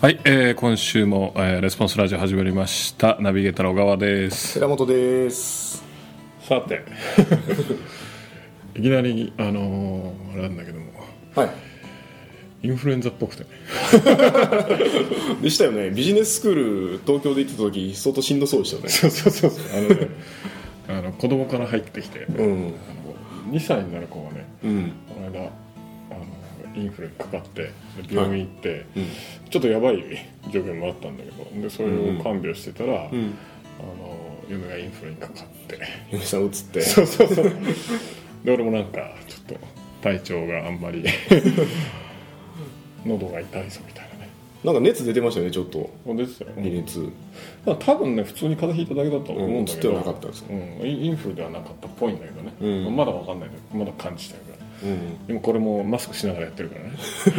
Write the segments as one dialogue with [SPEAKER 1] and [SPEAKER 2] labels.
[SPEAKER 1] はい、えー今週も、えーレスポンスラジオ始まりましたナビゲーターの小川です
[SPEAKER 2] 寺本です
[SPEAKER 1] さて いきなりあのーあれなんだけども
[SPEAKER 2] はい
[SPEAKER 1] インフルエンザっぽくてね
[SPEAKER 2] でしたよねビジネススクール東京で行ってた時相当しんどそうでしたね
[SPEAKER 1] そうそうそうそうあのね あの子供から入ってきて、あ
[SPEAKER 2] ん
[SPEAKER 1] の2歳になる子がね
[SPEAKER 2] うん
[SPEAKER 1] この間あのインフルにかかってで病院行って、
[SPEAKER 2] うん
[SPEAKER 1] ちょっとやばい状況もあったんだけどでそれを看病してたら、
[SPEAKER 2] うん
[SPEAKER 1] あの嫁がインフルにかかって
[SPEAKER 2] 嫁さん映って
[SPEAKER 1] そうそうそうで俺もなんかちょっと体調があんまり 喉が痛いぞみたいなね
[SPEAKER 2] なんか熱出てましたよねちょっと
[SPEAKER 1] そうですよ、
[SPEAKER 2] 微熱
[SPEAKER 1] まあ、多分ね普通に風邪ひいただけだと思うんだけど、
[SPEAKER 2] うん映ってはなかったんですか
[SPEAKER 1] うんインフルではなかったっぽいんだけどね、
[SPEAKER 2] うん
[SPEAKER 1] まだわかんないんだけどまだ感じてるから
[SPEAKER 2] うん
[SPEAKER 1] でもこれもマスクしながらやってる か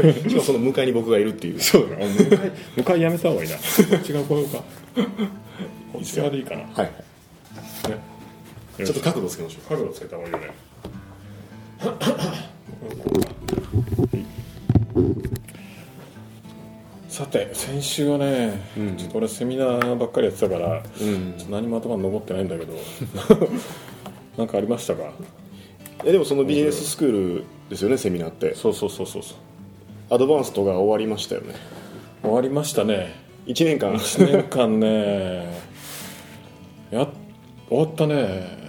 [SPEAKER 1] らね
[SPEAKER 2] しかもその向かいに僕がいるっていう
[SPEAKER 1] そうだな向かい向かいやめた方がいいな 違うこうかこっち側でいいかな、ね、
[SPEAKER 2] はいちょっと角度つけましょ
[SPEAKER 1] 角度つけた方がいいよね さて先週はね、
[SPEAKER 2] うん
[SPEAKER 1] ちょっと俺セミナーばっかりやってたから、
[SPEAKER 2] ううん
[SPEAKER 1] ちょっと何も頭に残ってないんだけ どなんかありましたか
[SPEAKER 2] えでもそのビジネススクールですよねセミナーって
[SPEAKER 1] そうそうそうそうそう
[SPEAKER 2] アドバンストが終わりましたよね
[SPEAKER 1] 終わりましたね
[SPEAKER 2] 1年間
[SPEAKER 1] 1年間ねやっ終わったね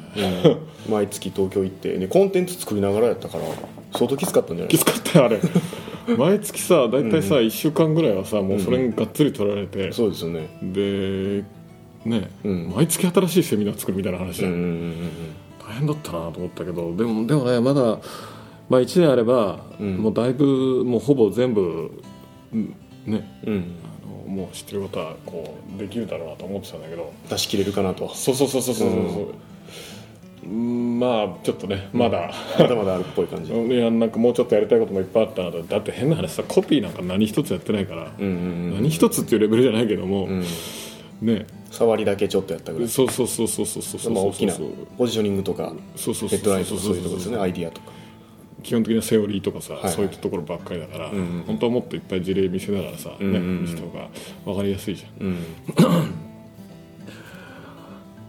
[SPEAKER 2] 毎月東京行って、ね、コンテンツ作りながらやったから相当きつかったんじゃないで
[SPEAKER 1] き
[SPEAKER 2] すか
[SPEAKER 1] つかったよあれ毎月さ大体さ、1週間ぐらいはさもうそれにがっつり取られて、
[SPEAKER 2] そうですよね
[SPEAKER 1] でね、
[SPEAKER 2] うん
[SPEAKER 1] 毎月新しいセミナー作るみたいな話
[SPEAKER 2] う
[SPEAKER 1] で、
[SPEAKER 2] んうんうん
[SPEAKER 1] 大変だったなと思ったけどでもでもねまだ、まあ、1年あれば、
[SPEAKER 2] うん
[SPEAKER 1] もうだいぶもうほぼ全部うんね
[SPEAKER 2] うんうん
[SPEAKER 1] あのもう知ってることはこうできるだろうなと思ってたんだけど
[SPEAKER 2] 出し切れるかなと
[SPEAKER 1] そうそうそうそうそうそう、うん、まあちょっとねまだ、
[SPEAKER 2] まだまだあるっぽい感じ
[SPEAKER 1] いやなんかもうちょっとやりたいこともいっぱいあったなとだって変な話さコピーなんか何一つやってないから、
[SPEAKER 2] うんうんうん
[SPEAKER 1] 何一つっていうレベルじゃないけども、
[SPEAKER 2] うん
[SPEAKER 1] ね
[SPEAKER 2] 触りだけちょっとやったぐらい
[SPEAKER 1] そうそうそうそうそうそうそう
[SPEAKER 2] まあ
[SPEAKER 1] そう
[SPEAKER 2] 大きなポジショニングとか
[SPEAKER 1] そうそう
[SPEAKER 2] ヘ
[SPEAKER 1] そ
[SPEAKER 2] ッ
[SPEAKER 1] う
[SPEAKER 2] ドラ
[SPEAKER 1] そう
[SPEAKER 2] インとかそういうところですよねアイディアとか
[SPEAKER 1] 基本的なセオリーとかさ、
[SPEAKER 2] いはい
[SPEAKER 1] そういったところばっかりだから、
[SPEAKER 2] んうん
[SPEAKER 1] 本当はもっといっぱい事例見せながらさ、
[SPEAKER 2] うんうんうん
[SPEAKER 1] ね、人が分かりやすいじゃん
[SPEAKER 2] うん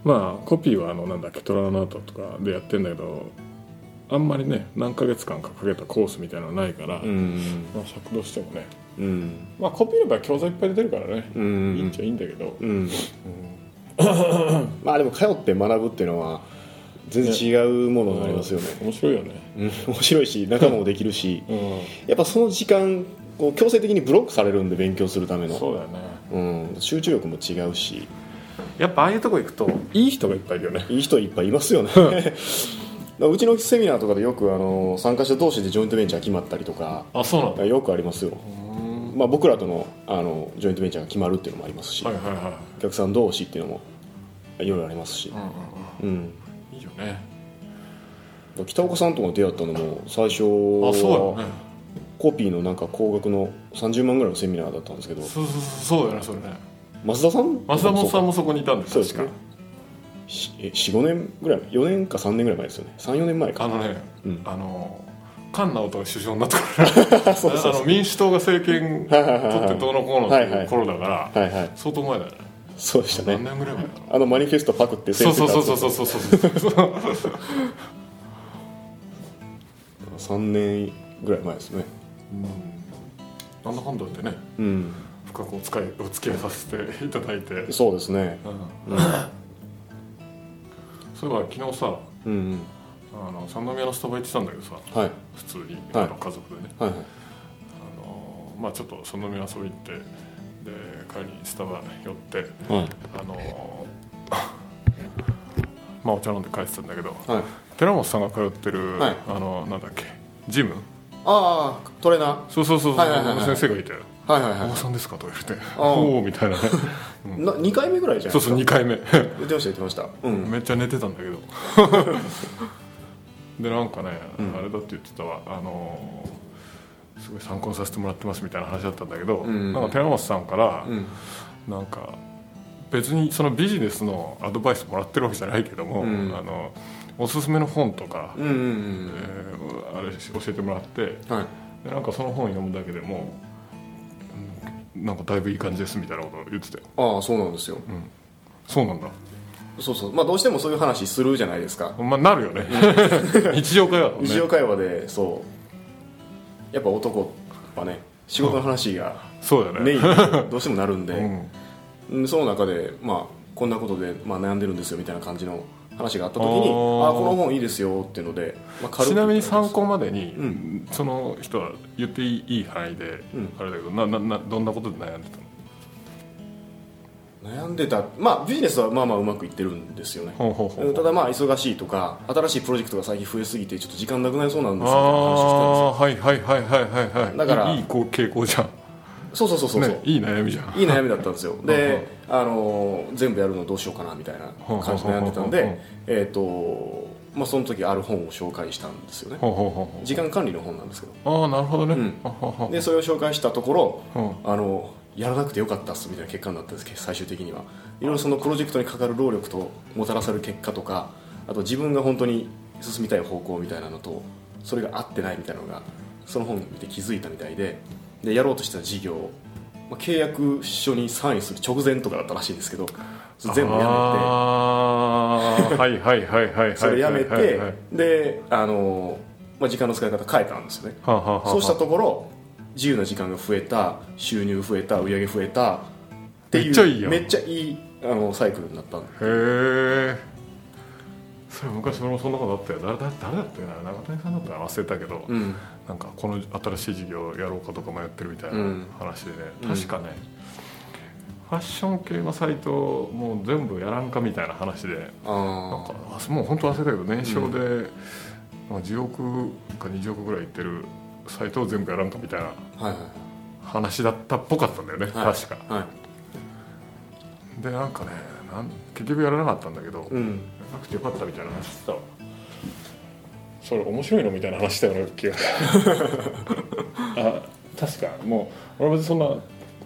[SPEAKER 1] まあコピーはあのなんだっけトラの後とかでやってんだけどあんまりね何ヶ月間かかけたコースみたいなのはないから、
[SPEAKER 2] うん
[SPEAKER 1] まあ、尺度してもね
[SPEAKER 2] うん
[SPEAKER 1] まあコピーの場合教材いっぱい出てるからね、
[SPEAKER 2] う
[SPEAKER 1] いいっ
[SPEAKER 2] ん
[SPEAKER 1] ちゃいいんだけど、
[SPEAKER 2] うんまあでも通って学ぶっていうのは全然違うものになりますよね
[SPEAKER 1] 面白いよね
[SPEAKER 2] うん面白いし仲間もできるし
[SPEAKER 1] う
[SPEAKER 2] やっぱその時間こう強制的にブロックされるんで勉強するため
[SPEAKER 1] ん
[SPEAKER 2] の
[SPEAKER 1] そうだよね
[SPEAKER 2] うん集中力も違うし
[SPEAKER 1] やっぱああいうとこ行くといい人がいっぱいいるよね
[SPEAKER 2] いい人いっぱいいますよね だからうちのセミナーとかでよくあの参加者同士でジョイントベンチャー決まったりとか
[SPEAKER 1] あそうなんだ
[SPEAKER 2] よくありますよ、まあ、僕らとのあのジョイントベンチャーが決まるっていうのもありますし、
[SPEAKER 1] はいはいは
[SPEAKER 2] お客さん同士っていうのもいろいろありますし
[SPEAKER 1] い、うんう
[SPEAKER 2] う
[SPEAKER 1] ん
[SPEAKER 2] ん、
[SPEAKER 1] うんいいよね
[SPEAKER 2] 北岡さんとも出会ったのも最初
[SPEAKER 1] あそうだ
[SPEAKER 2] は
[SPEAKER 1] よね
[SPEAKER 2] コピーのなんか高額の30万ぐらいのセミナーだったんですけど
[SPEAKER 1] そうそうそうそうだよねそれね
[SPEAKER 2] 増田さん
[SPEAKER 1] 増田もさん
[SPEAKER 2] も
[SPEAKER 1] もそこにいたんです
[SPEAKER 2] そうですね45年ぐらい4年か3年ぐらい前ですよね34年前
[SPEAKER 1] あ
[SPEAKER 2] か
[SPEAKER 1] のね、
[SPEAKER 2] うん
[SPEAKER 1] あの菅直人が首相になったから
[SPEAKER 2] そうそう
[SPEAKER 1] あ
[SPEAKER 2] そ
[SPEAKER 1] の民主党が政権取
[SPEAKER 2] はいはいはいはい
[SPEAKER 1] ってどうのこうのっていう頃だから、
[SPEAKER 2] う はいはい
[SPEAKER 1] 相当前だよね
[SPEAKER 2] そうでしたね
[SPEAKER 1] 何年ぐらい前だろう
[SPEAKER 2] あのマニフェストパクって
[SPEAKER 1] そう
[SPEAKER 2] 先生
[SPEAKER 1] そう
[SPEAKER 2] が
[SPEAKER 1] そうそうそうそうそうそう
[SPEAKER 2] 3年ぐらい前ですね
[SPEAKER 1] なんだかんだでね
[SPEAKER 2] うん
[SPEAKER 1] 深くお使いお付き合いさせていただいて、うん、
[SPEAKER 2] そうですね
[SPEAKER 1] そういえば昨日さ
[SPEAKER 2] うん、うん、
[SPEAKER 1] あの三宮のスタバ行ってたんだけどさ
[SPEAKER 2] はい
[SPEAKER 1] 普通に、
[SPEAKER 2] はい
[SPEAKER 1] あの家族でね
[SPEAKER 2] はいはい
[SPEAKER 1] あのまあちょっと三宮遊び行ってで帰りにスタバ寄って
[SPEAKER 2] はい
[SPEAKER 1] あのまあお茶飲んで帰ってたんだけど
[SPEAKER 2] はい
[SPEAKER 1] 寺本さんが通ってる、
[SPEAKER 2] はい
[SPEAKER 1] あのなんだっけジム
[SPEAKER 2] ああトレーナー
[SPEAKER 1] そうそうそうそう、
[SPEAKER 2] はいはいはいはい
[SPEAKER 1] 先生がいて
[SPEAKER 2] はいはい
[SPEAKER 1] 「おば
[SPEAKER 2] は
[SPEAKER 1] さんですか?」とか言って「
[SPEAKER 2] あー
[SPEAKER 1] おお」みたいなね
[SPEAKER 2] いな2回目ぐらいじゃない
[SPEAKER 1] そ
[SPEAKER 2] です
[SPEAKER 1] うそう
[SPEAKER 2] か
[SPEAKER 1] 2回目
[SPEAKER 2] 言ってました言ってましたうん
[SPEAKER 1] めっちゃ寝てたんだけど でなんかね、
[SPEAKER 2] ん
[SPEAKER 1] あれだって言ってたわあのーすごい参考にさせてもらってますみたいな話だったんだけど、
[SPEAKER 2] ん
[SPEAKER 1] なんか寺本さんから、
[SPEAKER 2] うん
[SPEAKER 1] なんか別にそのビジネスのアドバイスもらってるわけじゃないけども、
[SPEAKER 2] うん
[SPEAKER 1] あのおすすめの本とか、
[SPEAKER 2] うんうん
[SPEAKER 1] えーあれ教えてもらって
[SPEAKER 2] うんはい
[SPEAKER 1] でなんかその本読むだけでも、なんかだいぶいい感じですみたいなこと言ってたよ
[SPEAKER 2] ああそうなんですよ、
[SPEAKER 1] そうなんだ
[SPEAKER 2] そうそうまあどうしてもそういう話するじゃないですか
[SPEAKER 1] まあなるよね 日常会話だもんね
[SPEAKER 2] 日常会話でそうやっぱ男はね仕事の話が
[SPEAKER 1] そうだよ
[SPEAKER 2] メ
[SPEAKER 1] ね
[SPEAKER 2] インにどうしてもなるんで、
[SPEAKER 1] うん
[SPEAKER 2] うんその中で、まあ、こんなことで、まあ、悩んでるんですよみたいな感じの話があった時にあ
[SPEAKER 1] あ
[SPEAKER 2] あ
[SPEAKER 1] ー
[SPEAKER 2] この本いいですよっていうので、まあ、軽く
[SPEAKER 1] ちなみに参考までに、その人は言っていい範囲で、
[SPEAKER 2] うん
[SPEAKER 1] あれだけどなななどんなことで悩んでたの
[SPEAKER 2] 悩んでた、まあ、ビジネスはまあまあうまくいってるんですよね
[SPEAKER 1] ほうほうほう
[SPEAKER 2] うんただまあ忙しいとか新しいプロジェクトが最近増えすぎてちょっと時間なくなりそうなんですみたいな話を
[SPEAKER 1] ああーはいはいはいはいはいはい
[SPEAKER 2] だから
[SPEAKER 1] いいこう傾向じゃん
[SPEAKER 2] してたんですよそうそうそうそうそう、
[SPEAKER 1] ね、いい悩みじゃん
[SPEAKER 2] いい悩みだったんですよで、あのー全部やるのどうしようかなみたいな感じで悩んでたん
[SPEAKER 1] ほうほうほうほう
[SPEAKER 2] でえっ、と、まあ、その時ある本を紹介したんですよね
[SPEAKER 1] ほうほうほ
[SPEAKER 2] 時間管理の本なんですけど
[SPEAKER 1] うほうああなるほどね、
[SPEAKER 2] うん
[SPEAKER 1] ほうほうほう
[SPEAKER 2] でそれを紹介したところ
[SPEAKER 1] うん
[SPEAKER 2] あのやらなくてよかったっすみたいな結果になったんですけど最終的にはいろいろそのプロジェクトにかかる労力ともたらされる結果とかあと自分が本当に進みたい方向みたいなのとそれが合ってないみたいなのがその本を見て気づいたみたいででやろうとした事業、まあ、契約書にサインする直前とかだったらしいんですけど全部や
[SPEAKER 1] ああはいはいはいはいはい
[SPEAKER 2] めてそれやめ
[SPEAKER 1] はいはい
[SPEAKER 2] て
[SPEAKER 1] はい
[SPEAKER 2] であの、まあ、時間の使い方変えたんですよね
[SPEAKER 1] はあはあはあはあ
[SPEAKER 2] そうしたところ自由な時間が増えた収入増えた売り上げ増えたっていう
[SPEAKER 1] めっちゃいいやん
[SPEAKER 2] めっちゃいいあのサイクルになったんで
[SPEAKER 1] へえそれ昔俺もそんなことあったよ誰誰誰だったよな中谷さんだったら忘れたけど、
[SPEAKER 2] うん
[SPEAKER 1] なんかこの新しい事業やろうかとか迷ってるみたいな
[SPEAKER 2] うん
[SPEAKER 1] 話でね、
[SPEAKER 2] うん
[SPEAKER 1] 確かねファッション系のサイトもう全部やらんかみたいな話でな
[SPEAKER 2] あ
[SPEAKER 1] んかあもう本当忘れたけど年商で、なんか10億か20億ぐらいいってるサイトを全部やらんかみたいな
[SPEAKER 2] あはい
[SPEAKER 1] 話だったっぽかったんだよね、
[SPEAKER 2] はい
[SPEAKER 1] 確か
[SPEAKER 2] はいはい
[SPEAKER 1] でなんかねなん結局やらなかったんだけど、
[SPEAKER 2] うん
[SPEAKER 1] なくてよかったみたいな話してたわそれ面白いのみたいな話したよね 気があ確かもう俺は別にそんな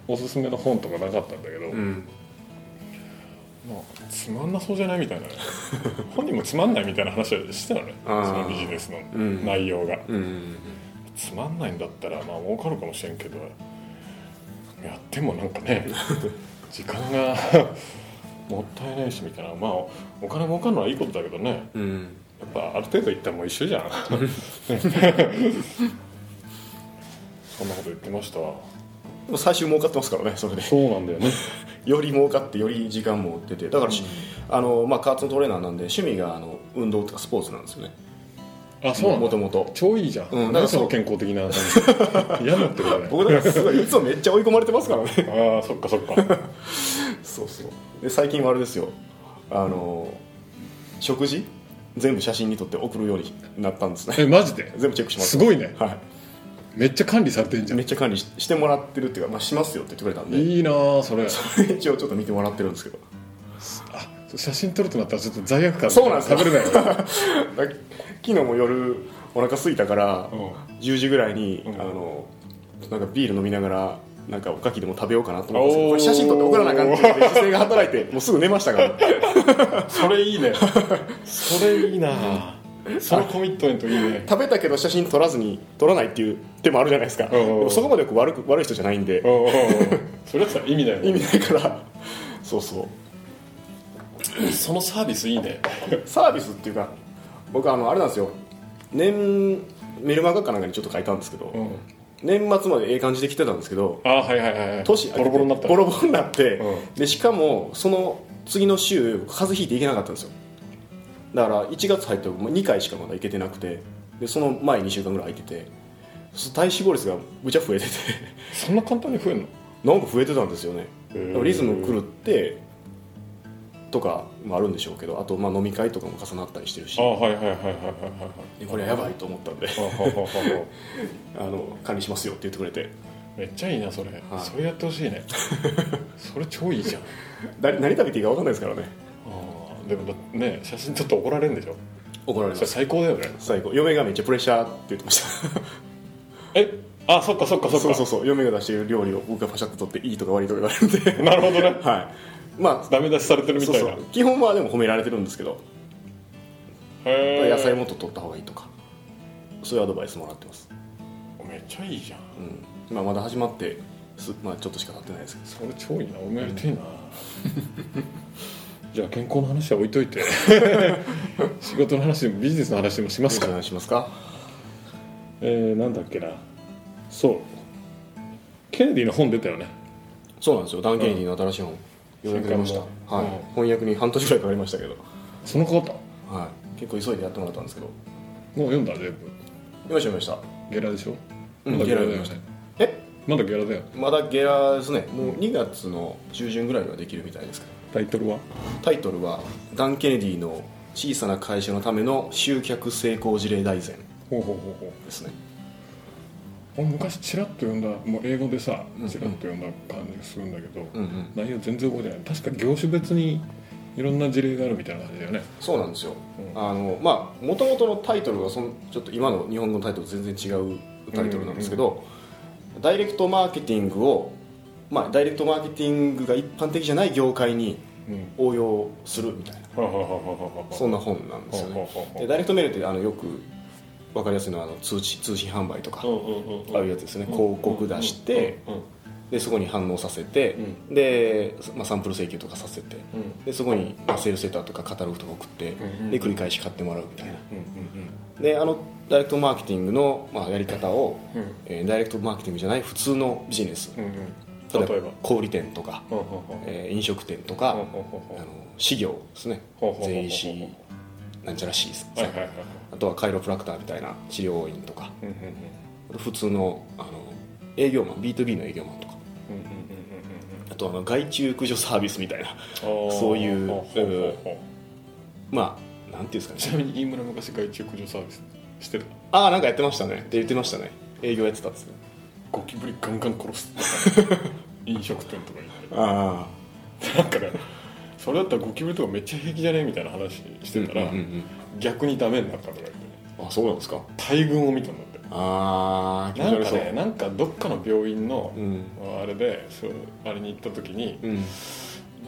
[SPEAKER 1] おすすめの本とかなかったんだけど、
[SPEAKER 2] うん
[SPEAKER 1] まあ、つまんなそうじゃないみたいな 本人もつまんないみたいな話はしてたのねそ
[SPEAKER 2] あー
[SPEAKER 1] のビジネスの
[SPEAKER 2] うん
[SPEAKER 1] 内容が、
[SPEAKER 2] うん
[SPEAKER 1] つまんないんだったらまあ儲かるかもしれんけどやってもなんか ね時間が もったいないしみたいなまあおお金儲かるのはいいことだけどね
[SPEAKER 2] うん
[SPEAKER 1] やっぱある程度行ったらもう一緒じゃん そんなこと言ってましたわ
[SPEAKER 2] でも最終儲かってますからねそれで
[SPEAKER 1] そうなんだよね
[SPEAKER 2] より儲かってより時間も出てだからし、あのまあ、カーツのトレーナーなんで趣味があの運動とかスポーツなんですよね
[SPEAKER 1] あそうなん
[SPEAKER 2] も
[SPEAKER 1] だ
[SPEAKER 2] ともと
[SPEAKER 1] 超いいじゃん、
[SPEAKER 2] うん
[SPEAKER 1] なんかその健康的な感じ嫌になってるからね
[SPEAKER 2] 僕だからすごいいつもめっちゃ追い込まれてますからね
[SPEAKER 1] ああそっかそっか
[SPEAKER 2] そうそうで最近はあれですよあの食事全部写真に撮って送るようになったんですね
[SPEAKER 1] えマジで
[SPEAKER 2] 全部チェックしますす
[SPEAKER 1] ごいね
[SPEAKER 2] は
[SPEAKER 1] めっちゃ管理されてんじ
[SPEAKER 2] い
[SPEAKER 1] ゃん
[SPEAKER 2] めっちゃ管理ししてもらってるっていうか、まあ、しますよって言ってくれたんで
[SPEAKER 1] いいなあそれ
[SPEAKER 2] 一応ちょっと見てもらってるんですけど
[SPEAKER 1] あ写真撮るとなったらちょっと罪悪感
[SPEAKER 2] そうなんですよ
[SPEAKER 1] 食べれないよ
[SPEAKER 2] だ昨日も夜お腹空いたから、
[SPEAKER 1] う
[SPEAKER 2] 10時ぐらいに、
[SPEAKER 1] うん
[SPEAKER 2] あのなんかビール飲みながらなんかおかきでも食べようかなと思ったんですけど
[SPEAKER 1] おー
[SPEAKER 2] これ写真撮って送らなあかんっていう姿勢が働いてもうすぐ寝ましたから
[SPEAKER 1] それいいねそれいいなそのコミットメントいいね
[SPEAKER 2] 食べたけど写真撮らずに撮らないっていう手もあるじゃないですか
[SPEAKER 1] うんうんうん
[SPEAKER 2] でもそこまで僕悪く悪い人じゃないんで
[SPEAKER 1] おうおうおうそれだったら意味ないよね
[SPEAKER 2] 意味ないから そうそう
[SPEAKER 1] そのサービスいいね
[SPEAKER 2] サービスっていうか僕あのあれなんですよ年メルマガかなんかにちょっと書いたんですけど、
[SPEAKER 1] うん
[SPEAKER 2] 年末までええ感じで来てたんですけど
[SPEAKER 1] あはいはいはいはい
[SPEAKER 2] 年明け
[SPEAKER 1] ボ
[SPEAKER 2] て
[SPEAKER 1] ロボロになった
[SPEAKER 2] ボロボロになって、
[SPEAKER 1] うん
[SPEAKER 2] でしかもその次の週風邪ひいていけなかったんですよだから1月入っても2回しかまだ行けてなくてでその前2週間ぐらい空いててそう体脂肪率がむちゃ増えてて
[SPEAKER 1] そんな簡単に増えんの
[SPEAKER 2] なんか増えてたんですよね
[SPEAKER 1] へー
[SPEAKER 2] だからリズム狂ってとかもあるんでしょうけどあとまあ飲み会とかも重なったりしてるし
[SPEAKER 1] あはいはいはいはいはいはい
[SPEAKER 2] でこれはやばいと思ったんで
[SPEAKER 1] はいは
[SPEAKER 2] あの管理しますよって言ってくれて
[SPEAKER 1] めっちゃいいなそれ、
[SPEAKER 2] い
[SPEAKER 1] それやってほしい ねそれ超いいじゃんあ
[SPEAKER 2] だ何食べていいか分かんないですからね
[SPEAKER 1] ーでもだってね写真ちょっと怒られるんでしょ
[SPEAKER 2] 怒られま
[SPEAKER 1] それ
[SPEAKER 2] す
[SPEAKER 1] 最高だよね
[SPEAKER 2] 最後嫁がめっちゃプレッシャーって言ってま した
[SPEAKER 1] えあそっかそっかそっか
[SPEAKER 2] そうそうそう嫁が出してる料理を僕がパシャッと取っていいとか悪いとか言われるんで
[SPEAKER 1] なるほ どね
[SPEAKER 2] はいまあ
[SPEAKER 1] ダメ出しされてるみ
[SPEAKER 2] そ
[SPEAKER 1] た
[SPEAKER 2] う
[SPEAKER 1] いな
[SPEAKER 2] そう基本はでも褒められてるんですけど、
[SPEAKER 1] へー
[SPEAKER 2] 野菜もっと取った方がいいとかそういうアドバイスもらってます、
[SPEAKER 1] めっちゃいいじゃん
[SPEAKER 2] うんまあ、まだ始まってすまあちょっとしか経ってないですけど
[SPEAKER 1] それ超いいな俺もやりたいな じゃあ健康の話は置いと いて仕事の話でもビジネスの話でもしますか
[SPEAKER 2] お願いしますか
[SPEAKER 1] えー、なんだっけなそうケネディの本出たよね
[SPEAKER 2] そうなんですよダン・ケネディの新しい本、ようやく出ました、
[SPEAKER 1] 新
[SPEAKER 2] は
[SPEAKER 1] 刊
[SPEAKER 2] い
[SPEAKER 1] もうん
[SPEAKER 2] 翻訳に半年ぐらいかかりましたけど、
[SPEAKER 1] その方も
[SPEAKER 2] はい、結構急いでやってもらったんですけど
[SPEAKER 1] う読んだ全部
[SPEAKER 2] よし読みました
[SPEAKER 1] ゲラでしょ
[SPEAKER 2] うん
[SPEAKER 1] まだ
[SPEAKER 2] ゲ
[SPEAKER 1] ゲ
[SPEAKER 2] ラ読
[SPEAKER 1] ラだ
[SPEAKER 2] み
[SPEAKER 1] よ
[SPEAKER 2] まし
[SPEAKER 1] ね
[SPEAKER 2] たえ
[SPEAKER 1] まだゲラだよね
[SPEAKER 2] まだゲラですねもう2月の中旬ぐらいにはできるみたいですけど
[SPEAKER 1] タイトルは
[SPEAKER 2] タイトルは「ダン・ケネディの小さな会社のための集客成功事例大全
[SPEAKER 1] ほうほうほうほう」
[SPEAKER 2] ですね
[SPEAKER 1] 俺昔チラッと読んだもう英語でさ
[SPEAKER 2] うん
[SPEAKER 1] チラッと読んだ感じがするんだけど、
[SPEAKER 2] うんうん
[SPEAKER 1] 内容全然覚えてない確か業種別にいろんな事例があるみたいな感じだよね
[SPEAKER 2] そうなんですよ、
[SPEAKER 1] うん
[SPEAKER 2] あのまあもともとのタイトルはそのちょっと今の日本語のタイトルと全然違うタイトルなんですけど、ダイレクトマーケティングをまあダイレクトマーケティングが一般的じゃない業界に
[SPEAKER 1] うん
[SPEAKER 2] 応用するみたいな
[SPEAKER 1] はあはあはあはあはあ
[SPEAKER 2] そんな本なんですよねでダイレクトメールってあのよく分かりやすいのはあの通知通信販売とか、
[SPEAKER 1] うんうんうんうん
[SPEAKER 2] ああいうやつですね広告出して、
[SPEAKER 1] うんうん
[SPEAKER 2] でそこに反応させて、で、まあ、サンプル請求とかさせて
[SPEAKER 1] うん
[SPEAKER 2] でそこにまあセールスレターとかカタログとか送って、
[SPEAKER 1] うん
[SPEAKER 2] で繰り返し買ってもらうみたいな
[SPEAKER 1] うん
[SPEAKER 2] であのダイレクトマーケティングの、まあ、やり方を、
[SPEAKER 1] うんうん
[SPEAKER 2] えーダイレクトマーケティングじゃない普通のビジネス
[SPEAKER 1] うんうん
[SPEAKER 2] 例えば
[SPEAKER 1] 例えば
[SPEAKER 2] 小売店とか、
[SPEAKER 1] ほうほうほう
[SPEAKER 2] えー飲食店とか、
[SPEAKER 1] ほうほうほう
[SPEAKER 2] あの事業ですね
[SPEAKER 1] ほうほうほうほう
[SPEAKER 2] 税理士なんちゃらしいです、
[SPEAKER 1] はいはいはいはい
[SPEAKER 2] あとはカイロプラクターみたいな治療院とか
[SPEAKER 1] うんうんうん
[SPEAKER 2] あと普通のあの営業マン B2B の営業マンとか
[SPEAKER 1] うんうんうん
[SPEAKER 2] あとあの外注駆除サービスみたいな
[SPEAKER 1] うんうんあー
[SPEAKER 2] そういう
[SPEAKER 1] ほほうほうほ
[SPEAKER 2] まあなんていうんで
[SPEAKER 1] うち
[SPEAKER 2] すか
[SPEAKER 1] な
[SPEAKER 2] ね
[SPEAKER 1] みに飯村昔外注駆除サービスしてる
[SPEAKER 2] ああなんかやってましたねって言ってましたね営業やってたっつって
[SPEAKER 1] ゴキブリガンガン殺す飲食店とかに
[SPEAKER 2] あ
[SPEAKER 1] なんかねそれだったらゴキブリとかめっちゃ平気じゃねみたいな話してたら、逆にダメになったとか言ってね
[SPEAKER 2] あそうなんですか
[SPEAKER 1] 大群を見たんだって
[SPEAKER 2] ああ気持
[SPEAKER 1] な
[SPEAKER 2] ち
[SPEAKER 1] ん
[SPEAKER 2] 悪
[SPEAKER 1] か
[SPEAKER 2] そう、
[SPEAKER 1] ねなんかどっかの病院の、
[SPEAKER 2] うん
[SPEAKER 1] あれでそうあれに行った時に
[SPEAKER 2] うん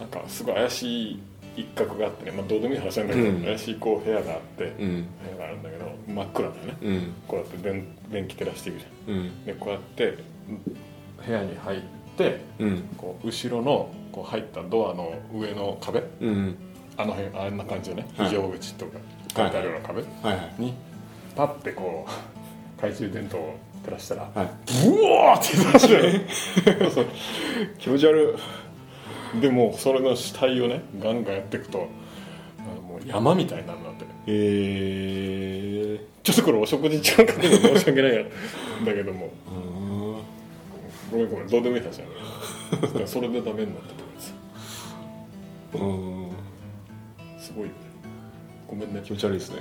[SPEAKER 1] なんかすごい怪しい一角があってね、まあ、どうでもいい話なんだけど、
[SPEAKER 2] うん
[SPEAKER 1] 怪しいこう部屋があって、
[SPEAKER 2] うん
[SPEAKER 1] 部屋があるんだけど真っ暗だよね
[SPEAKER 2] うん
[SPEAKER 1] こうやって電電気照らしていくじゃ
[SPEAKER 2] うん
[SPEAKER 1] んでこうやって部屋に入って
[SPEAKER 2] うん
[SPEAKER 1] こう後ろのこう入ったドアの上の壁
[SPEAKER 2] うん
[SPEAKER 1] あの辺あんな感じよね
[SPEAKER 2] はい
[SPEAKER 1] 非常口とか書いてあるような壁
[SPEAKER 2] はいはい
[SPEAKER 1] にパッてこう懐中電灯を照らしたら
[SPEAKER 2] はい
[SPEAKER 1] ブワーって出して るそう
[SPEAKER 2] 気持ち悪
[SPEAKER 1] でもうそれの死体をねガンガンやっていくとあのもう山みたいになるなって
[SPEAKER 2] いええ
[SPEAKER 1] ちょっとこれお食事中の方に申し訳ないやだけども
[SPEAKER 2] ー、
[SPEAKER 1] ごめんごめんどうでもいい話なんだけどそれでダメになったと思うんですよ
[SPEAKER 2] うん
[SPEAKER 1] すごいよねごめんね
[SPEAKER 2] 気持ち悪いですね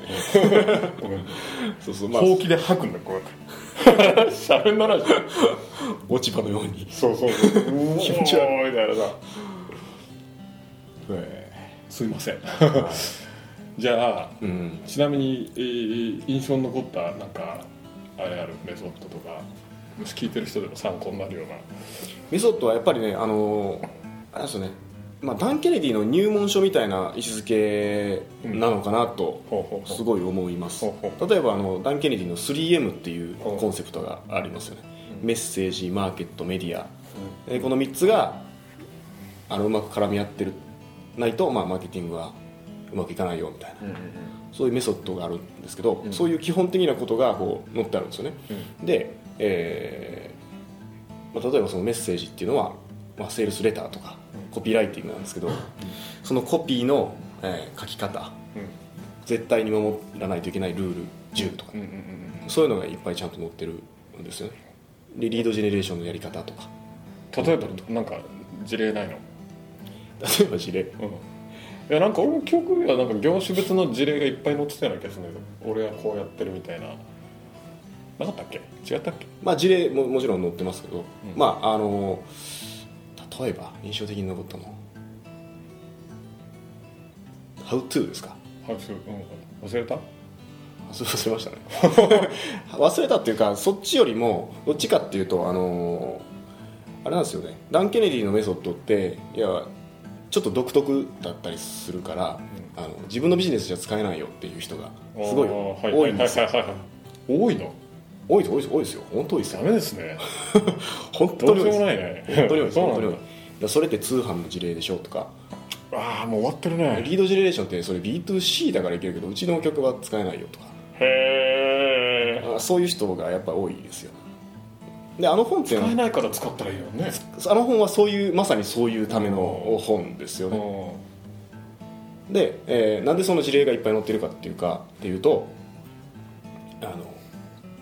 [SPEAKER 1] ごめんね
[SPEAKER 2] そうそうまあ
[SPEAKER 1] ほうきで吐くんだこうや ってしゃべんならじゃん
[SPEAKER 2] 落ち葉のように
[SPEAKER 1] そうそうそう
[SPEAKER 2] 気持ち悪
[SPEAKER 1] いみたいなさ
[SPEAKER 2] え
[SPEAKER 1] すいません
[SPEAKER 2] え
[SPEAKER 1] じゃあ
[SPEAKER 2] うん
[SPEAKER 1] ちなみに、えー印象に残ったなんかあれあるメソッドとかもし聞いてる人でも参考になるような
[SPEAKER 2] ミソットはやっぱりねあのあれですよねまあ、ダン・ケネディの入門書みたいな位置づけなのかなと
[SPEAKER 1] ほうほうほう
[SPEAKER 2] すごい思います
[SPEAKER 1] ほう
[SPEAKER 2] 例えばあのダン・ケネディの 3M っていうコンセプトがありますよね
[SPEAKER 1] うん
[SPEAKER 2] メッセージマーケットメディアえーこの3つがあのうまく絡み合ってるないと、まあ、マーケティングはうまくいかないよみたいな
[SPEAKER 1] うんうん
[SPEAKER 2] そういうメソッドがあるんですけど、
[SPEAKER 1] うん
[SPEAKER 2] そういう基本的なことがこう載ってあるんですよね
[SPEAKER 1] うん
[SPEAKER 2] で、えーまあ、例えばそのメッセージっていうのは、まあ、セールスレターとかコピーライティングなんですけどそのコピーの、えー書き方絶対に守らないといけないルール10とか、
[SPEAKER 1] うんうんうんうん
[SPEAKER 2] そういうのがいっぱいちゃんと載ってるんですよねでリードジェネレーションのやり方とか
[SPEAKER 1] 例えばなんか事例ないの、
[SPEAKER 2] 例えば事例
[SPEAKER 1] うん、いやなんか俺も記憶にはなんか業種別の事例がいっぱい載ってたような気がするんだけど俺はこうやってるみたいななかったっけ違ったっけ
[SPEAKER 2] まあ、事例ももちろん載ってますけど、
[SPEAKER 1] うん
[SPEAKER 2] まああの例えば印象的に残ったの「How to」ですか
[SPEAKER 1] 把握する、うん、忘れた
[SPEAKER 2] あそれ忘れましたね 忘れたっていうかそっちよりもどっちかっていうとあのあれなんですよねダン・ケネディのメソッドっていやちょっと独特だったりするから、あの自分のビジネスじゃ使えないよっていう人がすごい
[SPEAKER 1] あーは
[SPEAKER 2] 多いんですよ
[SPEAKER 1] はいはいはいはい多いの
[SPEAKER 2] 多いです多いです多いですよ本当多いです
[SPEAKER 1] ダ
[SPEAKER 2] よ
[SPEAKER 1] メですね
[SPEAKER 2] 本
[SPEAKER 1] ど
[SPEAKER 2] 当
[SPEAKER 1] う
[SPEAKER 2] に
[SPEAKER 1] し
[SPEAKER 2] 多い
[SPEAKER 1] よう
[SPEAKER 2] です
[SPEAKER 1] もないね
[SPEAKER 2] 本当に多いです
[SPEAKER 1] そう
[SPEAKER 2] 本
[SPEAKER 1] な
[SPEAKER 2] 当に多い
[SPEAKER 1] ん
[SPEAKER 2] だからそれって通販の事例でしょとか
[SPEAKER 1] だああもう終わってるね
[SPEAKER 2] リードジェネレーションってそれ B2C だからいけるけどうちの曲は使えないよとか
[SPEAKER 1] へえ
[SPEAKER 2] あそういう人がやっぱ多いですよであの本っていう
[SPEAKER 1] 使
[SPEAKER 2] の
[SPEAKER 1] え
[SPEAKER 2] は
[SPEAKER 1] ないから使ったらいいよね
[SPEAKER 2] あの本はそういうまさにそういうための本ですよ
[SPEAKER 1] う
[SPEAKER 2] ね
[SPEAKER 1] ん
[SPEAKER 2] で、えーなんでその事例がいっぱい載ってるかっていうかっていうとあの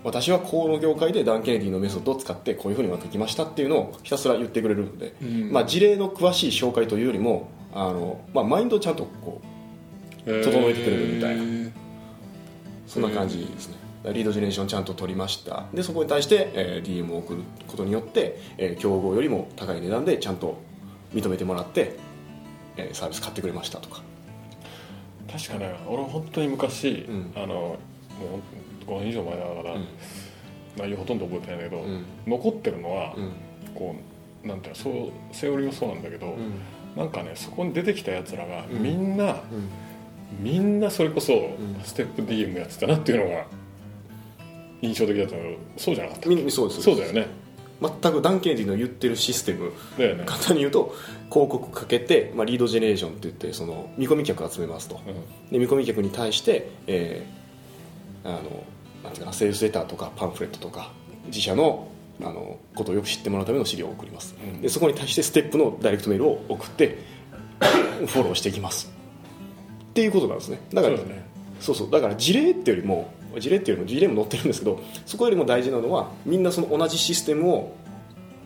[SPEAKER 2] 私はこの業界でダン・ケネディのメソッドを使ってこういうふうにうまくいきましたっていうのをひたすら言ってくれるので、
[SPEAKER 1] うん
[SPEAKER 2] まあ、事例の詳しい紹介というよりもあの、まあ、マインドをちゃんとこう整えてくれるみたいな
[SPEAKER 1] へー
[SPEAKER 2] そんな感じですね、だからリードジェネレーションちゃんと取りましたでそこに対して、えー DM を送ることによって、えー競合よりも高い値段でちゃんと認めてもらって、えーサービス買ってくれましたとか
[SPEAKER 1] 確かね俺本当に昔、
[SPEAKER 2] うん
[SPEAKER 1] あのもう5年以上前だから、
[SPEAKER 2] うん
[SPEAKER 1] 内容ほとんど覚えてないんだけど、
[SPEAKER 2] うん
[SPEAKER 1] 残ってるのは、
[SPEAKER 2] うん
[SPEAKER 1] こうなんていうのそうセオリーもそうなんだけど、
[SPEAKER 2] うん
[SPEAKER 1] なんかねそこに出てきたやつらが、
[SPEAKER 2] うん
[SPEAKER 1] みんな
[SPEAKER 2] うん
[SPEAKER 1] みんなそれこそ、
[SPEAKER 2] ん
[SPEAKER 1] ステップ DM やってたなっていうのが印象的だったけどそうじゃなかった
[SPEAKER 2] みんそうです
[SPEAKER 1] そうだよね
[SPEAKER 2] 全くダン・ケネディの言ってるシステム
[SPEAKER 1] だよね、
[SPEAKER 2] 簡単に言うと広告かけて、まあ、リードジェネレーションって言ってその見込み客集めますと
[SPEAKER 1] う
[SPEAKER 2] で見込み客に対して、えーあのなんていうかなセールスレターとかパンフレットとか自社のあのことをよく知ってもらうための資料を送ります、
[SPEAKER 1] うん
[SPEAKER 2] でそこに対してステップのダイレクトメールを送って フォローしていきますっていうことなんですねだ
[SPEAKER 1] ん、
[SPEAKER 2] か
[SPEAKER 1] そう
[SPEAKER 2] ら
[SPEAKER 1] だね
[SPEAKER 2] そうそうだから事例ってよりも事例っていうよりも事例も載ってるんですけどそこよりも大事なのはみんなその同じシステムを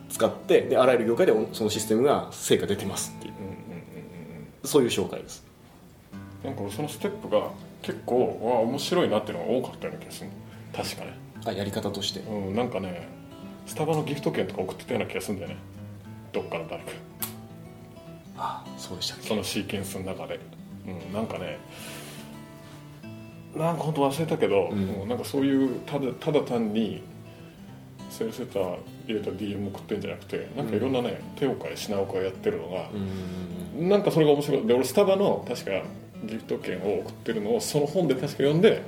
[SPEAKER 2] 使ってであらゆる業界でそのシステムが成果出てますっていう
[SPEAKER 1] うんうんうん
[SPEAKER 2] そういう紹介です
[SPEAKER 1] うんなんか俺そのステップが結構わあ面白いなっていうのが多かったような気がする確かね
[SPEAKER 2] あやり方として
[SPEAKER 1] うんなんかねスタバのギフト券とか送ってたような気がするんだよねどっかの誰か
[SPEAKER 2] あそうでしたっけ
[SPEAKER 1] そのシーケンスの中で、うん、なんかねなんか本当忘れたけど、
[SPEAKER 2] うん
[SPEAKER 1] もうなんかそういうただただ単にセールセーター入れた DM 送ってんじゃなくてなんかいろんなね、手を変え品を変えやってるのが
[SPEAKER 2] う、ん
[SPEAKER 1] なんかそれが面白いで俺スタバの確かギフト券を送ってるのをその本で確か読んで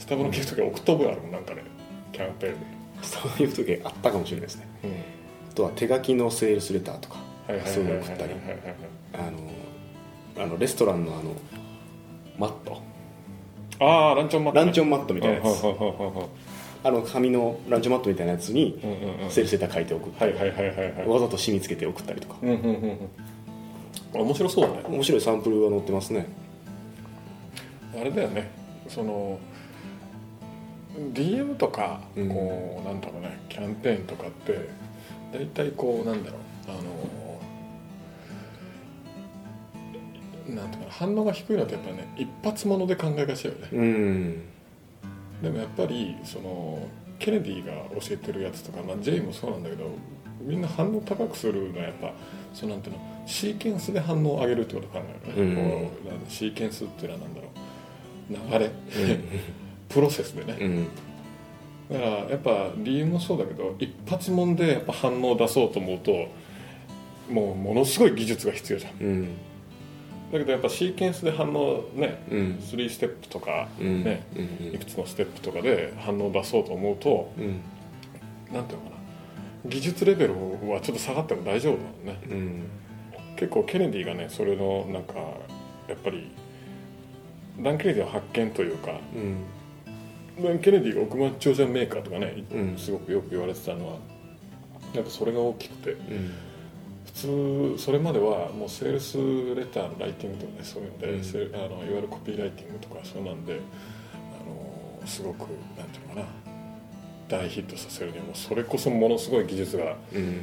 [SPEAKER 1] スタバのギフト券送った覚えあるもんなんかねキャンペーン
[SPEAKER 2] そういう時あったかもしれないですね
[SPEAKER 1] で、
[SPEAKER 2] あとは手書きのセールスレターとか
[SPEAKER 1] はいはいはい
[SPEAKER 2] そういうの
[SPEAKER 1] はい
[SPEAKER 2] を送ったり
[SPEAKER 1] はいはいはい
[SPEAKER 2] あのあのレストランのあのマット
[SPEAKER 1] ああランチョンマット
[SPEAKER 2] ランチョ
[SPEAKER 1] ン
[SPEAKER 2] ンマットみたいなやつあの紙のランチョンマットみたいなやつにセールスレター書いておく
[SPEAKER 1] はいはいはいはいはい
[SPEAKER 2] わざと染みつけて送ったりとか
[SPEAKER 1] うんうんうんうんあ面白そうだね
[SPEAKER 2] 面白いサンプルが載ってますね
[SPEAKER 1] あれだよねその DM とか
[SPEAKER 2] うん
[SPEAKER 1] こうなんだろうねキャンペーンとかって大体こうなんだろうあのなんていうかな反応が低いのってやっぱね一発物で考えがちだよね
[SPEAKER 2] うん
[SPEAKER 1] でもやっぱりそのケネディが教えてるやつとか、まあ、J もそうなんだけどみんな反応高くするのはやっぱそのなんていうのシーケンスで反応を上げるってことを考えるよね、
[SPEAKER 2] うん
[SPEAKER 1] こうなんかシーケンスっていうのは何だろう流れプロセスでね
[SPEAKER 2] うん
[SPEAKER 1] だからやっぱ理由もそうだけど一発もんでやっぱ反応を出そうと思うともうものすごい技術が必要じゃん
[SPEAKER 2] うん
[SPEAKER 1] だけどやっぱシーケンスで反応ね
[SPEAKER 2] うん
[SPEAKER 1] 3ステップとか
[SPEAKER 2] うん
[SPEAKER 1] ねいくつのステップとかで反応を出そうと思うと
[SPEAKER 2] うん
[SPEAKER 1] なんていうのかな技術レベルはちょっと下がっても大丈夫なのね
[SPEAKER 2] うん
[SPEAKER 1] 結構ケネディがねそれのなんかやっぱりダン・ケネディの発見というか
[SPEAKER 2] うん
[SPEAKER 1] ダン・ケネディが億万長者メーカーとかね、
[SPEAKER 2] うん
[SPEAKER 1] すごくよく言われてたのはやっぱそれが大きくて
[SPEAKER 2] うん
[SPEAKER 1] 普通それまではもうセールスレターのライティングとかねそういうので、
[SPEAKER 2] うん
[SPEAKER 1] セールあのいわゆるコピーライティングとかそうなんであのすごくなんていうのかな大ヒットさせるにはもうそれこそものすごい技術が
[SPEAKER 2] うん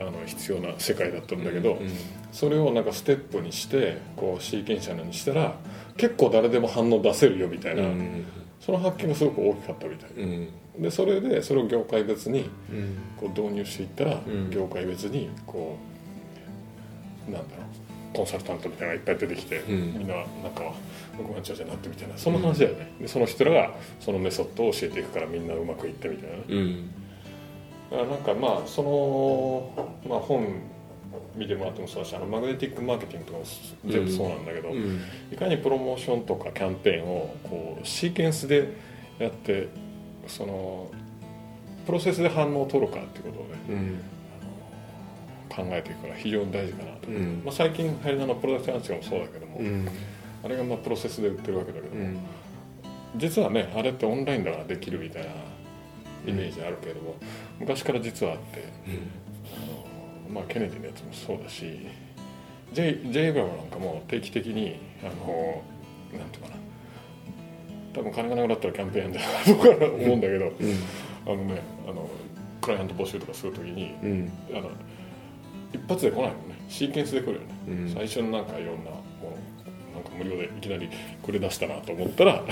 [SPEAKER 1] あの必要な世界だったんだけど、それをなんかステップにしてこうシーケンシャルにしたら結構誰でも反応出せるよみたいな、
[SPEAKER 2] うん
[SPEAKER 1] その発見がすごく大きかったみたい
[SPEAKER 2] うん
[SPEAKER 1] でそれでそれを業界別にこう導入していったら、
[SPEAKER 2] うん
[SPEAKER 1] 業界別にこうなんだろうコンサルタントみたいなのがいっぱい出てきて、
[SPEAKER 2] うん
[SPEAKER 1] みんななんか億万長者になってみたいなその話だよね、でその人らがそのメソッドを教えていくからみんなうまくいってみたいなね
[SPEAKER 2] うん
[SPEAKER 1] あなんかまあその、まあ、本見てもらってもそうだしあのマグネティックマーケティングとかも全部そうなんだけど、
[SPEAKER 2] うん
[SPEAKER 1] いかにプロモーションとかキャンペーンをこうシーケンスでやってそのプロセスで反応を取るかっていうことをね
[SPEAKER 2] うん
[SPEAKER 1] 考えていくから非常に大事かなと、
[SPEAKER 2] うん
[SPEAKER 1] まあ、最近流行りのプロダクトアンチもそうだけども、
[SPEAKER 2] うん
[SPEAKER 1] あれがまあプロセスで売ってるわけだけど
[SPEAKER 2] う
[SPEAKER 1] も、
[SPEAKER 2] ん
[SPEAKER 1] 実はねあれってオンラインだからできるみたいなイメージあるけれども、昔から実はあってあのまあ、ケネディのやつもそうだし J ・ジェイブラムなんかも定期的にあのなんていうかな多分金がなくなったらキャンペーンやんだなとか思うんだけど、
[SPEAKER 2] うん
[SPEAKER 1] あのねあのクライアント募集とかするときに
[SPEAKER 2] うん
[SPEAKER 1] あの一発で来ないもんねシーケンスで来るよね、
[SPEAKER 2] うん
[SPEAKER 1] 最初になんかいろんなものなんか無料でいきなりくれ出したなと思っ たら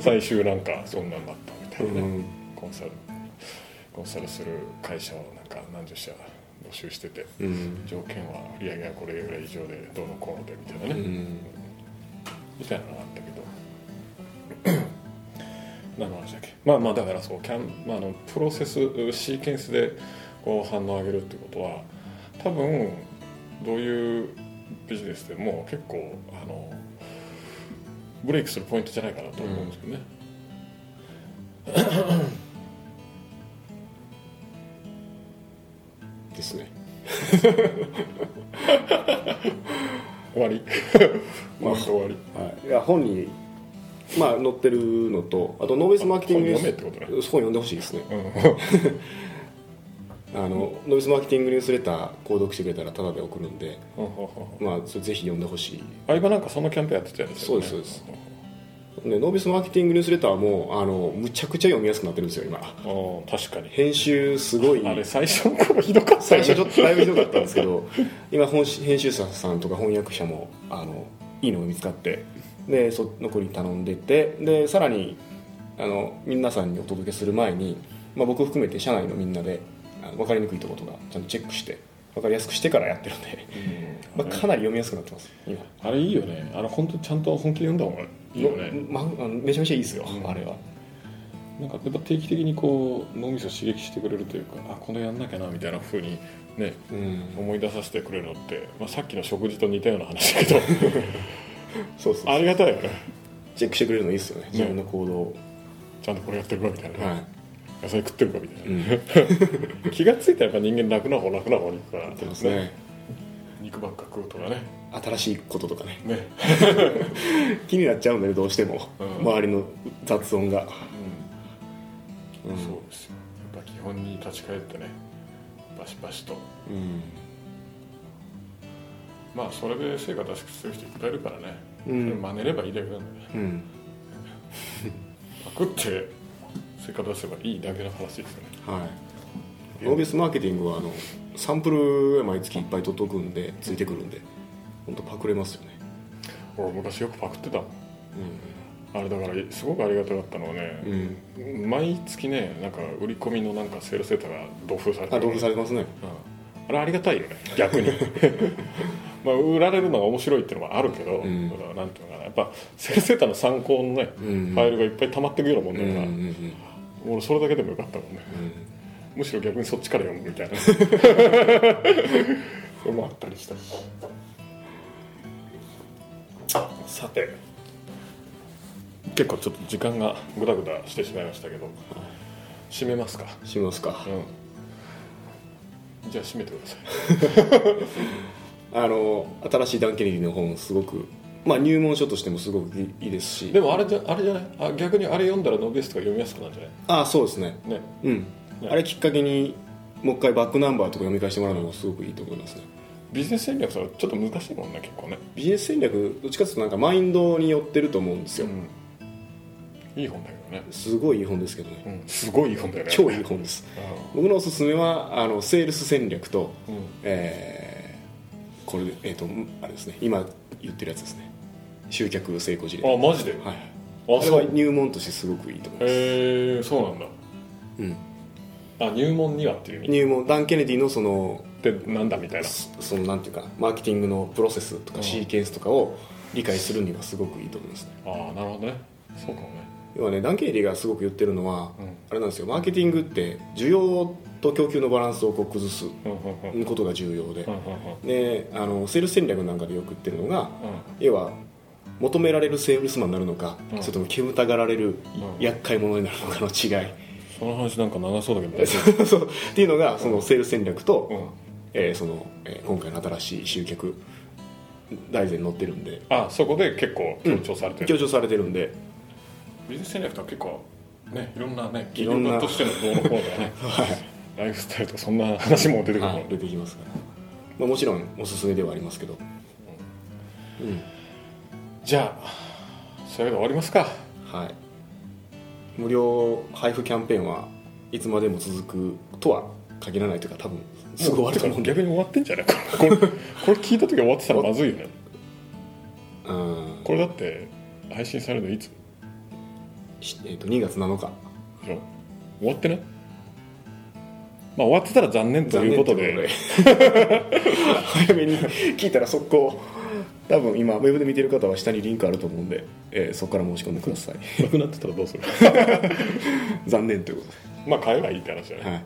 [SPEAKER 1] 最終なんかそんなんだったみたいなね、
[SPEAKER 2] うん
[SPEAKER 1] コンサルコンサルする会社をなんか何十社募集してて
[SPEAKER 2] うん
[SPEAKER 1] 条件は売り上げがこれぐらい以上でどうのこうのでみたいな
[SPEAKER 2] う
[SPEAKER 1] ね、
[SPEAKER 2] ん
[SPEAKER 1] みたいなのがあったけど 何の話だっけまあまあだからそうキャン、まあ、あのプロセスシーケンスでこう反応を上げるってことは多分どういうビジネスでも結構あのブレイクするポイントじゃないかなと思うんですけどね、
[SPEAKER 2] ですね
[SPEAKER 1] 終わり
[SPEAKER 2] まあ
[SPEAKER 1] 割と終わり
[SPEAKER 2] はいいや本にまあ載ってるのとあとノーベスマーケティングニュース
[SPEAKER 1] 本読めってこと
[SPEAKER 2] 本
[SPEAKER 1] ね
[SPEAKER 2] 読んでほしいですね
[SPEAKER 1] うん
[SPEAKER 2] あのノーベスマーケティングニュースレター購読してくれたらタダで送るんでまあそれぜひ読んでほしい
[SPEAKER 1] 相葉なんかそのキャンペーンやってたやつだよね
[SPEAKER 2] そうですそうね、ノービスマーケティングニュースレターもあのむちゃくちゃ読みやすくなってるんですよ今
[SPEAKER 1] うん確かに
[SPEAKER 2] 編集すごい
[SPEAKER 1] あれ最初の頃ひどかった
[SPEAKER 2] 最
[SPEAKER 1] よ
[SPEAKER 2] 初
[SPEAKER 1] ね
[SPEAKER 2] ちょっとだいぶひどかったんですけど今本し編集者さんとか翻訳者もあのいいのが見つかってでそ残り頼んでてでさらにあの皆さんにお届けする前に、まあ、僕含めて社内のみんなであの分かりにくいところとかちゃんとチェックして分かりやすくしてからやってるんで、まあ、かなり読みやすくなってます今
[SPEAKER 1] あれいいよねあれ本当にちゃんと本気で読んだ方がいいよね
[SPEAKER 2] まあのめちゃめちゃいいですよ、
[SPEAKER 1] うん
[SPEAKER 2] あれは
[SPEAKER 1] なんかやっぱ定期的にこう脳みそ刺激してくれるというかあこのやんなきゃなみたいなふうにね
[SPEAKER 2] うん
[SPEAKER 1] 思い出させてくれるのって、まあ、さっきの食事と似たような話だけど
[SPEAKER 2] そうそうそう
[SPEAKER 1] ありがたいよね
[SPEAKER 2] チェックしてくれるのいいですよね自分の行動を、
[SPEAKER 1] ちゃんとこれやってるかみたいな、
[SPEAKER 2] は
[SPEAKER 1] 野菜食ってるかみたい
[SPEAKER 2] い、
[SPEAKER 1] な、気がついたらやっぱ人間楽な方楽な方に行くから
[SPEAKER 2] そうですね
[SPEAKER 1] 肉ばっか食うとかね
[SPEAKER 2] 新しいこととかね
[SPEAKER 1] ね
[SPEAKER 2] 気になっちゃうんだよどうしても、
[SPEAKER 1] うん
[SPEAKER 2] 周りの雑音が、
[SPEAKER 1] うん、そうですよやっぱ基本に立ち返ってねバシバシと
[SPEAKER 2] うん
[SPEAKER 1] まあそれで成果出してする人いっぱいいるからね、
[SPEAKER 2] うん
[SPEAKER 1] それ真似ればいいだけなんだよね
[SPEAKER 2] うん
[SPEAKER 1] パクって成果出せばいいだけの話ですよね
[SPEAKER 2] はいノービスマーケティングはあのサンプルが毎月いっぱい届くんでついてくるんで本当パクれますよね、
[SPEAKER 1] 俺昔よくパクってたもんあれだからすごくありがたかったのはね
[SPEAKER 2] うん、うん、
[SPEAKER 1] 毎月ねなんか売り込みのなんかセールセーターが同封されて
[SPEAKER 2] あ
[SPEAKER 1] る
[SPEAKER 2] 同封されてますね
[SPEAKER 1] うんあれありがたいよね逆 にまあ売られるのが面白いっていうのもあるけど、
[SPEAKER 2] うん
[SPEAKER 1] だからなんていうのかなやっぱセールセーターの参考のね、
[SPEAKER 2] うん
[SPEAKER 1] ファイルがいっぱい溜まってくようなもん
[SPEAKER 2] う
[SPEAKER 1] だ
[SPEAKER 2] んう
[SPEAKER 1] か
[SPEAKER 2] ん
[SPEAKER 1] ら、俺それだけでもよかったもんねむしろ逆にそっちから読むみたい なそれもあったりしたしさて結構ちょっと時間がぐだぐだしてしまいましたけど締めますか
[SPEAKER 2] うんしますか
[SPEAKER 1] うんじゃあ締めてください
[SPEAKER 2] あの新しいダン・ケネディの本すごくまあ入門書としてもすごくいいですし
[SPEAKER 1] でもあれじゃあれじゃないあ逆にあれ読んだらノーベスとか読みやすくなるんじゃ
[SPEAKER 2] ああそうですね
[SPEAKER 1] ないね
[SPEAKER 2] うん、
[SPEAKER 1] ね
[SPEAKER 2] あれきっかけにもう一回バックナンバーとか読み返してもらうのもすごくいいと思いますね
[SPEAKER 1] ビジネス戦略とかちょっと難しいもんね結構ね
[SPEAKER 2] ビジネス戦略どっちかというとなんかマインドに寄ってると思うんですよ、
[SPEAKER 1] いい本だけどね、
[SPEAKER 2] すごいいい本ですけどね
[SPEAKER 1] うん、すごいいい本だよね
[SPEAKER 2] 超いい本です僕のおすすめはあのセールス戦略と、
[SPEAKER 1] うん、うん
[SPEAKER 2] えーこれえっ、とあれですね今言ってるやつですね集客成功事例
[SPEAKER 1] あ
[SPEAKER 2] はい
[SPEAKER 1] マジで
[SPEAKER 2] はい
[SPEAKER 1] あ
[SPEAKER 2] あれは
[SPEAKER 1] そう
[SPEAKER 2] 入門としてすごくいいと思います、
[SPEAKER 1] へえそうなんだ
[SPEAKER 2] うん、
[SPEAKER 1] あ入門にはっていう意味
[SPEAKER 2] 入門ダン・ケネディのその
[SPEAKER 1] でなんだみたいな
[SPEAKER 2] そそのなんていうかマーケティングのプロセスと
[SPEAKER 1] う
[SPEAKER 2] か
[SPEAKER 1] ん
[SPEAKER 2] シーケンスとかを理解するにはすごくいいと思いますね
[SPEAKER 1] ああなるほどねそうかもね
[SPEAKER 2] 要はねダン・ケネディがすごく言ってるのは、
[SPEAKER 1] うん
[SPEAKER 2] あれなんですよマーケティングって需要と供給のバランスをこう崩す
[SPEAKER 1] うんうんうんうん
[SPEAKER 2] ことが重要で
[SPEAKER 1] う、んうん
[SPEAKER 2] であのセールス戦略なんかでよく言ってるのが
[SPEAKER 1] うん
[SPEAKER 2] 要は求められるセールスマンになるのか、
[SPEAKER 1] うん
[SPEAKER 2] それとも煙たがられる
[SPEAKER 1] うん
[SPEAKER 2] 厄介者になるのかの違い、
[SPEAKER 1] そこの話なんか長そうだけど大 丈
[SPEAKER 2] そうっていうのがそのセールス戦略と、
[SPEAKER 1] 夫、うん、
[SPEAKER 2] えーそのえー今回の新しい集客大全に載ってるんで
[SPEAKER 1] あそこで結構強調されてる、
[SPEAKER 2] 強調されてるんで
[SPEAKER 1] ビジネス戦略とは結構ねいろんなね
[SPEAKER 2] い
[SPEAKER 1] 企
[SPEAKER 2] ろん
[SPEAKER 1] 業
[SPEAKER 2] な
[SPEAKER 1] 家としてのどうのこうだね、 ライフスタイルとかそんな話も出てくるもん、
[SPEAKER 2] はい出てきますから、まあ、もちろんおすすめではありますけど、うん
[SPEAKER 1] じゃあそういうわけで終わりますか
[SPEAKER 2] はい、無料配布キャンペーンはいつまでも続くとは限らないというか多分すぐ終わると思うんで
[SPEAKER 1] 逆に終わってんじゃないこれこれこれ聞いた時終わってたらまずいよね
[SPEAKER 2] うん
[SPEAKER 1] これだって配信されるのいつ
[SPEAKER 2] しえー、と2月7日
[SPEAKER 1] でしょ終わってないまあ終わってたら残念ということで
[SPEAKER 2] 早めに聞いたら速攻多分今ウェブで見てる方は下にリンクあると思うんで、えーそこから申し込んでください
[SPEAKER 1] なくなってたらどうする
[SPEAKER 2] 残念というこ
[SPEAKER 1] まあ買えばいいって話じゃ
[SPEAKER 2] と
[SPEAKER 1] な
[SPEAKER 2] で、
[SPEAKER 1] い、
[SPEAKER 2] は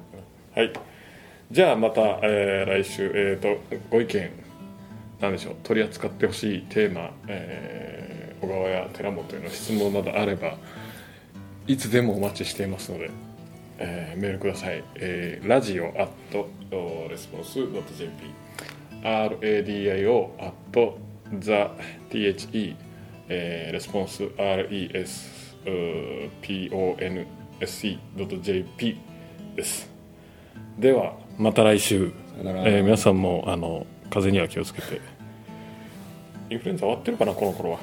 [SPEAKER 2] い、
[SPEAKER 1] はい、じゃあまた、えー来週、えー、とご意見なんでしょう取り扱ってほしいテーマ、えー小川や寺本への質問などあればいつでもお待ちしていますので、えーメールください、えー、ラジオアットレスポンス .jp radio アットザ THE えーレスポンス RESPONSE.jp ですではまた来週、
[SPEAKER 2] さよなら
[SPEAKER 1] えー皆さんもあの風邪には気をつけてインフルエンザ終わってるかなこの頃は